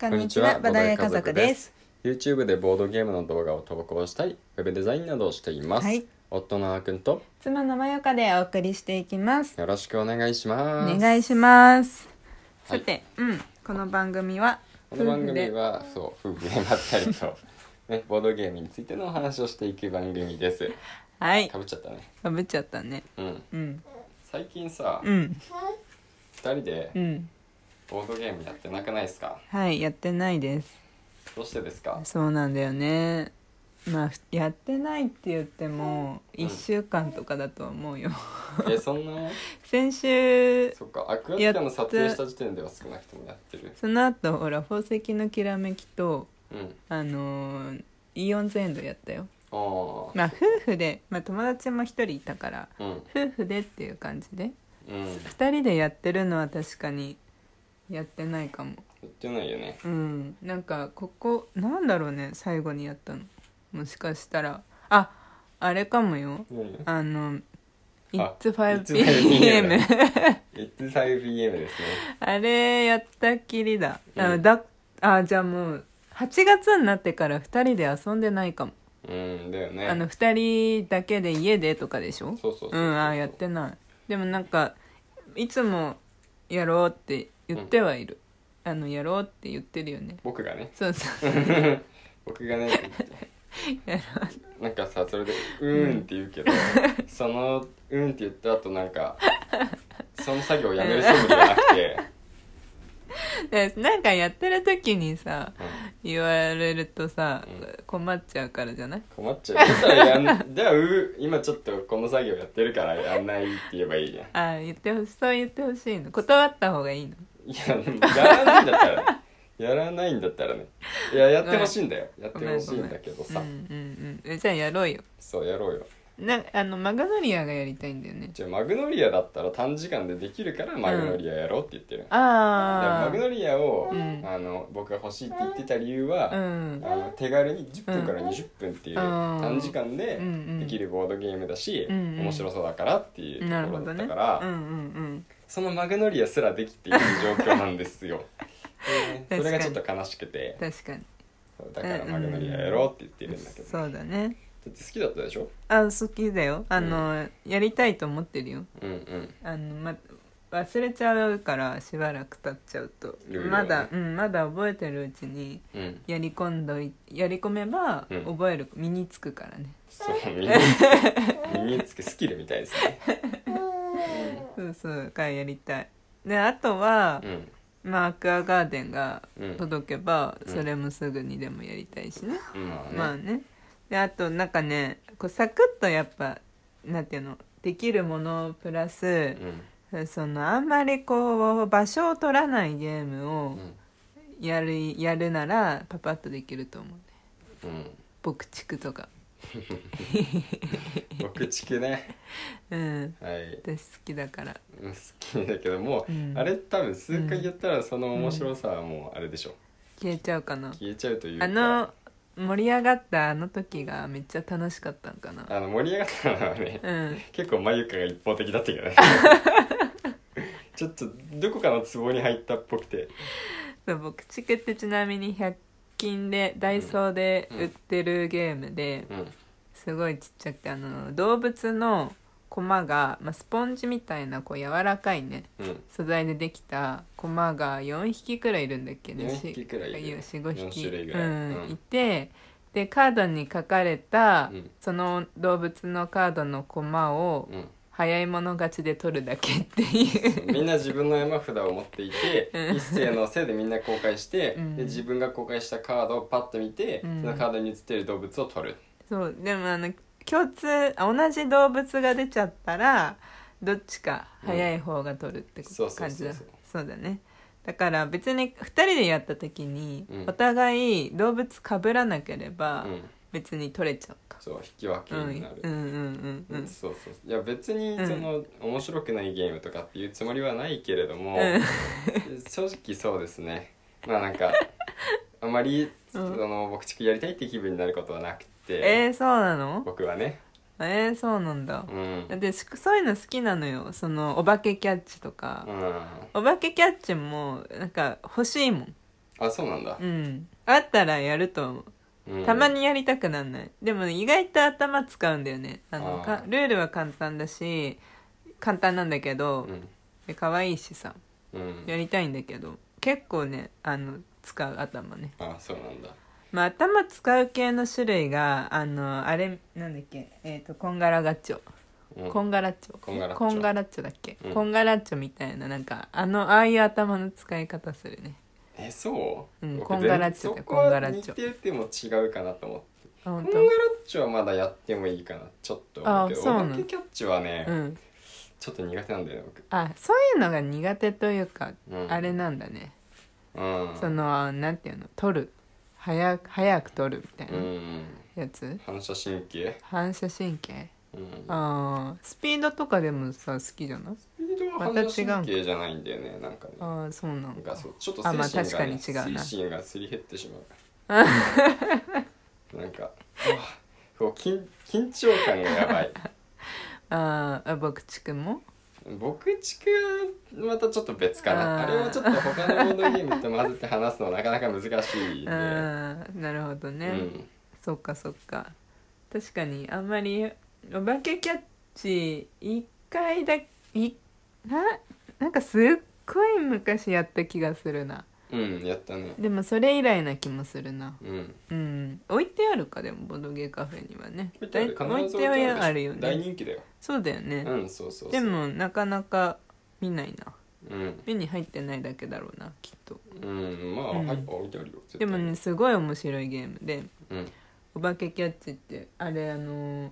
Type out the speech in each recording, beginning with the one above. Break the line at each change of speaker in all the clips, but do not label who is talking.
こんにちは、バダヤ家族です。。
YouTube でボードゲームの動画を投稿したり、ウェブデザインなどをしています。
はい
夫のあーくんと
妻のまよかでお送りしていきます。
よろしくお願いし
お
ます。
願いします。
はい
さて、うん、この番組は
この番組
で
は、そう、夫婦でまったりと、 ね、ボードゲームについてのお話をしていく番組です。
はい、
かぶっちゃったね。
かぶっちゃったね。
うん。
うん、
最近さ、
う
二
ん、
人で
うん、
ボードゲームやってなくないですか
はい、やってないです。
どうしてですか
そうなんだよね。まあふやってないって言っても
うん
一週間とかだと思うよ。
え、そんな、
先週
そっか、アクアティカの撮影した時点では少なくともやってる。
その後ほら宝石のきらめきと
うん。
あのーイオンズエンドやったよ。
あ
まあ夫婦で、まあ、友達も一人いたから
あ。うん。
夫婦でっていう感じで
うん。
2人でやってるのは確かにやってないかも
言ってないよね
うんなんかここなんだろうね最後にやったのもしかしたらああれかもよあの「
あ
It's 5
It's 5
PM」
It's 5pm ですね
あれやったっきりだあ
うん
だあじゃあもう8月になってから2人で遊んでないかも、
うんだよね
あの2人だけで家でとかでしょ
そうそうそう
う
そ
んあーやってないでもなんかいつもやろうって言ってはいる、あのやろうって言ってるよね
僕がね
そうそう
僕がねって言
や
ってなんかさそれで「うーん」って言 うけど、その「うーん」って言った後なんかその作業をやめるそうじゃなくて、
でなんかやってる時にさ
うん
言われるとさ、
う
困っちゃうからじゃない
困っちゃうそ したらやんじゃあ「うー」今ちょっとこの作業やってるからやんないって言えばいいじゃん
あー言ってほしいそう言ってほしいの断った方がいいの
いややらないんだったらねやらないんだったらねいややってほしいんだよやっ
ご
て
め
ほ
ん
し
ご
い
めん
んだけど
う
さ、
んうんうんえじゃあやろうよ
そうやろうよ
なんあのマグノリアがやりたいんだよね
じゃあマグノリアだったら短時間でできるからマグノリアやろうって言ってる、だから
あ
マグノリアを、
うん
あの僕が欲しいって言ってた理由
あう
は、
ん
あの手軽に10分から20分っていう
うん
短時間で
うんうん
できるボードゲームだし、
うんうん
面白そうだからっていう
な
と
る
こ
ほ
ろだ
ど
っ
ねうんう
たから、
ん
そのマグノリアすらできている状況なんで すよ。でそれがちょっと悲しくて
うん確かに
だからマグノリアやろうって言ってるんだけど、だ
そうだね
って好きだったでしょ
あ好きだよあの、やりたいと思ってるよ
うんうん
あの、ま、忘れちゃうからしばらく経っちゃうと、
ルールをね
まだ、うん、まだ覚えてるうちに
うん
やり込んどいやり込めば
うん
覚える、身につくからね
そう身につけ身につけスキルみたいですね。
そうそうからやりたいであとは
う、ん
まあ、アクアガーデンが
うん
届けば、
うん
それもすぐにでもやりたいしね、
ま
ま
あ
あ
ね、
ねであとなんかねこうサクッとやっぱなんていうのできるものプラス、 そのあんまりこう場所を取らないゲーム
う
を
んうん
やるやるならパパッとできると思うね
うん
牧畜とか
僕地区ね
うん
はい
私好きだから
好きだけどもう、
うん
あれ多分数回やったらその面白さはもうあれでしょ
消えちゃうかな
消えちゃうというか
あの盛り上がったあの時がめっちゃ楽しかったんかな
あの盛り上がったのはね、
うん
結構まゆかが一方的だったけどねちょっとどこかの壺に入ったっぽくて
そう牧畜ってちなみに100均でダイソーで売ってるゲームで
うん
すごいちっちゃくてあの動物のコマが、まあ、スポンジみたいなこう柔らかいね、
うん
素材でできた駒が4匹くらいいるんだっけね
4匹くらいいるね
45
四
匹
種類ぐらい
うん
うん
いてでカードに書かれた、
うん
その動物のカードの駒を
うん
早い者勝ちで取るだけっていう
みんな自分の山札を持っていて、
うん
一斉のせいでみんな公開して、
うん
で自分が公開したカードをパッと見て、
うん
そのカードに映ってる動物を取る、
そうでもあの共通あ同じ動物が出ちゃったらどっちか早い方が取るって
うんそうそう
感じだ、
そうそう
そうだねだから別に2人でやった時に、
うん
お互い動物かぶらなければ、
うん、
別に取れちゃうか
そう引き分け
うんうん
になる、
うんうんうん
そうそういや別に
うん
その、面白くないゲームとかっていうつもりはないけれども、正直そうですねまあなんかあまり、
うん
その牧畜やりたいって気分になることはなくて、
えー、そうなの
僕はね
えー、そうなんだ
う、ん、うん、
でしそういうの好きなのよそのお化けキャッチとか、お化けキャッチもなんか欲しいもん
あそうなんだ、
うんあったらやると思う
うん
たまにやりたくなんないでもね意外と頭使うんだよねあの
あー
かルールは簡単だし簡単なんだけど、
うん
で可愛いしさ
うん
やりたいんだけど結構ねあの使う頭ね
あそうなんだ
まあ頭使う系の種類があのあれなんだっけえっ、とこんがらがっちょ
うん
こんがらっちょ
こんがらっちょ
こんがらっちょだっけ、
うん
こんがらっちょみたいななんかあのああいう頭の使い方するね
えそう、
うん
僕
こんがらっちょだよ
全そこは
こんがらっちょ
似てても違うかなと思って
あ本
こんがらっちょはまだやってもいいかなちょっと思うけど
あそうな
お
の
化けキャッチはね、
当うん
ちょっと苦手なんだよね僕
あそういうのが苦手というか、
うん
あれなんだね
うん
そのなんていうの取る早く早く取るみたいうなんやつ、
反射神経
反射神経
うん
あースピードとかでもさ好きじゃない
スピードは
また違うん
反
か
射神経じゃないんだよねなんかね
ああそうな
なんん
だ
かそうちょっと
あまあ
精神が、ね、
確かに違うな
精神がすり減ってし まうなんかうわこう緊緊張感がやばい
あーあ僕ちくんも
僕ちくはまたちょっと別かな
あ
あ
ー
れはちょっと他のボードゲームと混ぜて話すのなかなか難しいんで、
ああなるほど
う
ね、
ん、
そっかそっか確かにあんまりお化けキャッチ一回だいななんかすっごい昔やった気がするな
うん、やったね
でもそれ以来な気もするな
うん
うん置いてあるかでもボドゲカフェにはね
置いてある
だい
必ず
置いて
置いてあるでしょ
はあるよ
大
ね
人気だよ
そうだよね、
うんそうそうそう
でもなかなか見ないな
うん、
目に入ってないだけだろうなきっと
うん、まあ、
うん
はいあ置いてあるよ絶対
でもねすごい面白いゲームで
うん
お化けキャッチってあれあのー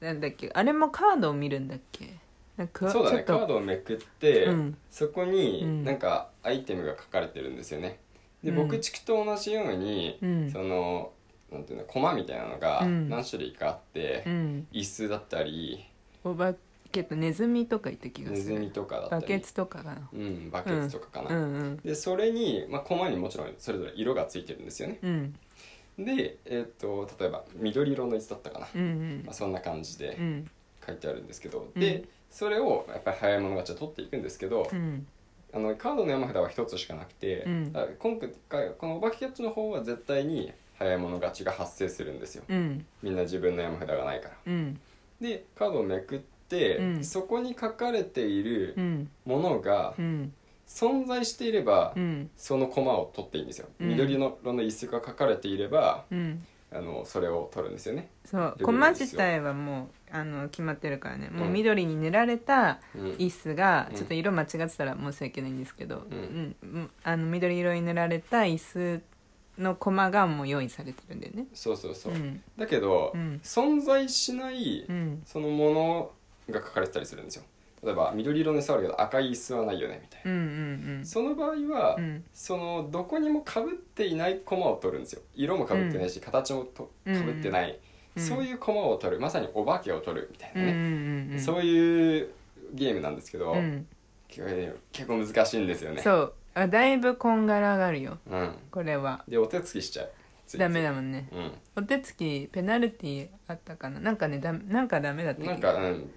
なんだっけあれもカードを見るんだっけなんか
そうだね
ちょっ
カー
と
ドをめくって、
うん
そこ
うん
になんかアイテムが書かれてるんですよねで
うん
僕地区と同じように、
うん
そのなんていうの駒みたいなのが
うん
何種類かあって、
うん
椅子だったり
お化けとネズミとかいた気が
ネ
す
ズミ
る
とかだった
バ
り
ケツとかかな
うん、バケツとかか
う
な、
んうん
でそれに、まあ、駒にもちろんそれぞれ色がついてるんですよね
うん
で、えっと例えば緑色の椅子だったかな、
うんうん
まあ、そんな感じで
うん
書いてあるんですけど、
うん
でそれをやっぱり早い者勝ちは取っていくんですけど、
うん
あのカードの山札は一つしかなくて、
うん
だから今回このお化けキャッチの方は絶対に早い者勝ちが発生するんですよ
うん
みんな自分の山札がないから
うん
でカードをめくって、
うん
そこに書かれている
うん
ものが
うん
存在していれば、
うん
その駒を取っていいんですよ、
うん
緑色の椅子が書かれていれば
うん
あのそれを取るんですよね、
そう
レベル
駒
ですよ
自体はもうあの決まってるからねもううん緑に塗られた
うん
椅子が
うん
ちょっと色間違ってたら申し訳ないんですけど、
うん
うんうんあの緑色に塗られた椅子の駒がもう用意されてるんだよね。
そうそうそう、
ん
だけど、
うん
存在しない
うん
そのものが書かれてたりするんですよ例えば緑色の椅子はあるけど赤い椅子はないよねみたい
うんう
な、
ん
その場合は、
うんうん
そのどこにもかぶっていない駒を取るんですよ色もかぶってないし、形もと
うん
かぶってない、
うん
そういう駒を取るまさにお化けを取るみたい
うんう
なんね、
うんうん
そういうゲームなんですけど、
うん
結構ね結構難しいんですよね
そうあだいぶこんがらがるよ
うん、
これは
でお手つきしちゃうついつい
ダメだもんね
う
お手つきペナルティあったかななんかねだなんかダメだった
ん
気
な
が
んか、うん、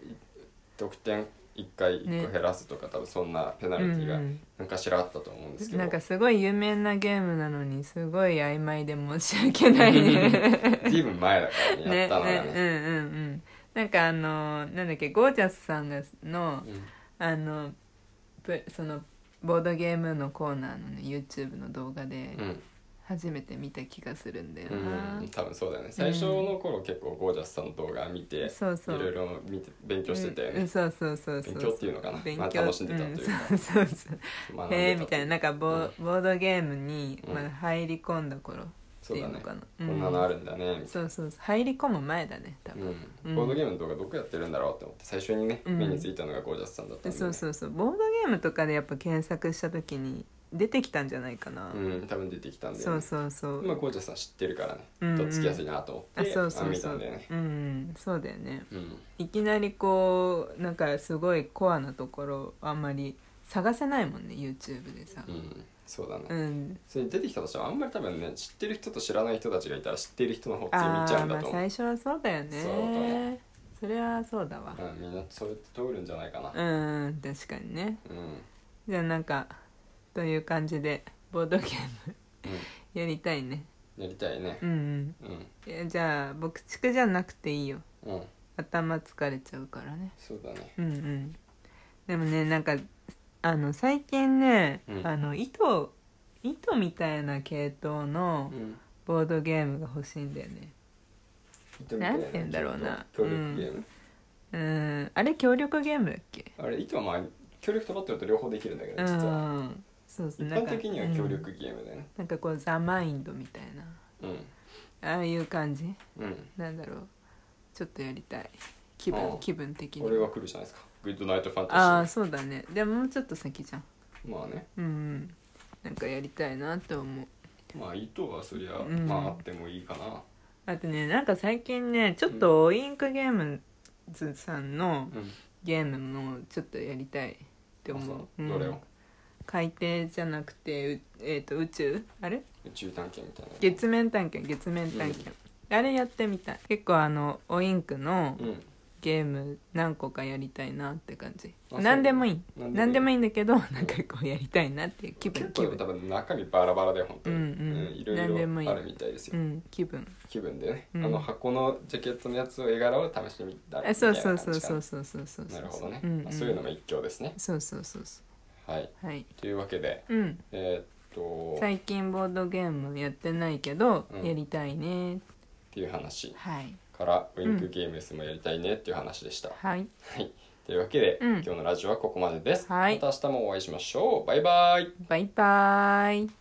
得点1回1
ね
個減らすとか、多分そんなペナルティ
う
が
んうん
なんかしらあったと思うんですけど、
なんかすごい有名なゲームなのにすごい曖昧で申し訳ない ね
随分前だからねやったのが
ね
ね
ねうんうんうんなんかあのなんだっけゴージャスさんがのあのプそのボードゲームのコーナーの、ね、YouTube の動画で
うん、
初めて見た気がするんだよ
う
な、
ん、多分そうだよね最初の頃結構ゴージャスさんの動画見て、
そうそう
いろいろ見て勉強してたよ
うんう
ね
ん、そうそうそうそう
勉強っていうのかな
勉強、
まあ楽しんでたというか
んそうそうそう
学んで
へ
た
えみたいななんかボ,、ボードゲームに、
うん
まあ、入り込んだ頃って
そう
い
だ
うの
ね
かな、
こんなのあるんだねみたい
そうそうそう入り込む前だね多
な、
分、
う
うん
ん、ボードゲームの動画どこやってるんだろうって思って最初にね、
うん
目についたのがゴージャスさんだっ
で
たんで、
そうそうそうボードゲームとかでやっぱ検索した時に出てきたんじゃないかな、
うん、多分出てきたんで、ね、
そうそうそう、
まあゴージャスさん知ってるからね、
うん
とっつきやすいなと思
あ
って
そうそう
見
そ
た
うん
だよね、
うんうんそうだよね
うん、
いきなりこうなんかすごいコアなところあんまり探せないもんね YouTube でさ
うん、そうだね、
うん、
それに出てきたとしてもあんまり多分ね知ってる人と知らない人たちがいたら知ってる人の方って見
あ
ちゃう
あ
ん
ま
だ
あ
と思
最
う
初はそうだよね
そうかも
それはそうだわ
うん、みんなそうやって通るんじゃないか
う
な
ん、確かにね
うん、うん
じゃあなんかという感じでボードゲーム やりたいね
やりたいね
うん
うん
うんいやじゃあ僕畜じゃなくていいよ
うん
頭疲れちゃうからね
そうだね
うんうんでもねなんかあの最近ね、
うん
あの糸糸みたいな系統の
うん
ボードゲームが欲しいんだよね
糸みたい
なんて言うんだろうな
協力ゲーム、
うんあれ協力ゲームだっけ
あれ糸はまあ協力とバトルと両方できるんだけ
う
ど実は、
んそうそう
一
なん
般
か
的には協
うん
力ゲームだよね
なんかこうザ・マインドみたいな
うん
ああいう感じ
うん
なんだろうちょっとやりたい気
ああ
分気分的に
俺は来るじゃないですかグッドナイトファンタジー
ああそうだねでももうちょっと先じゃん
まあね
うんうんなんかやりたいなと思う
まあ糸はそりゃ、
うん
まああってもいいかな
あとねなんか最近ねちょっとインクゲームズさんの
うん
ゲームもちょっとやりたいって
あ
思、
そう
う
うんどれを
海底じゃなくてう、えー、と宇宙あれ
宇宙探検みたいな
月面探検月面探検、あれやってみたい結構あのおインクの
うん
ゲーム何個かやりたいなって感じ
あそう
何でもいい
何でもいい
何でもいいんだけどなんかこうやりたいなっていう気
結
分気
構多
分
分中身バラバラで本当に、
うんうん
いろい
何でもいい
ろあるみたいですよ、
うん気分
気分でね、
うん
あの箱のジャケットのやつを絵柄を試してみた
あそうそうそう
みたい
そう
な感じ
そうそうそう
かななるほどね、
うん
ま
う
あ
ん
そういうのも一興ですね
そうそうそうそ
はいう
はい
というわけで
うん
えーっとっ
最近ボードゲームやってないけど、
うん
やりたいね
ていう話
はい
からウィンクゲームスもやりたいねっていう話でした、
はい
はいというわけで、
うん
今日のラジオはここまでです、
はい
また明日もお会いしましょうバイバイ
バイバーイ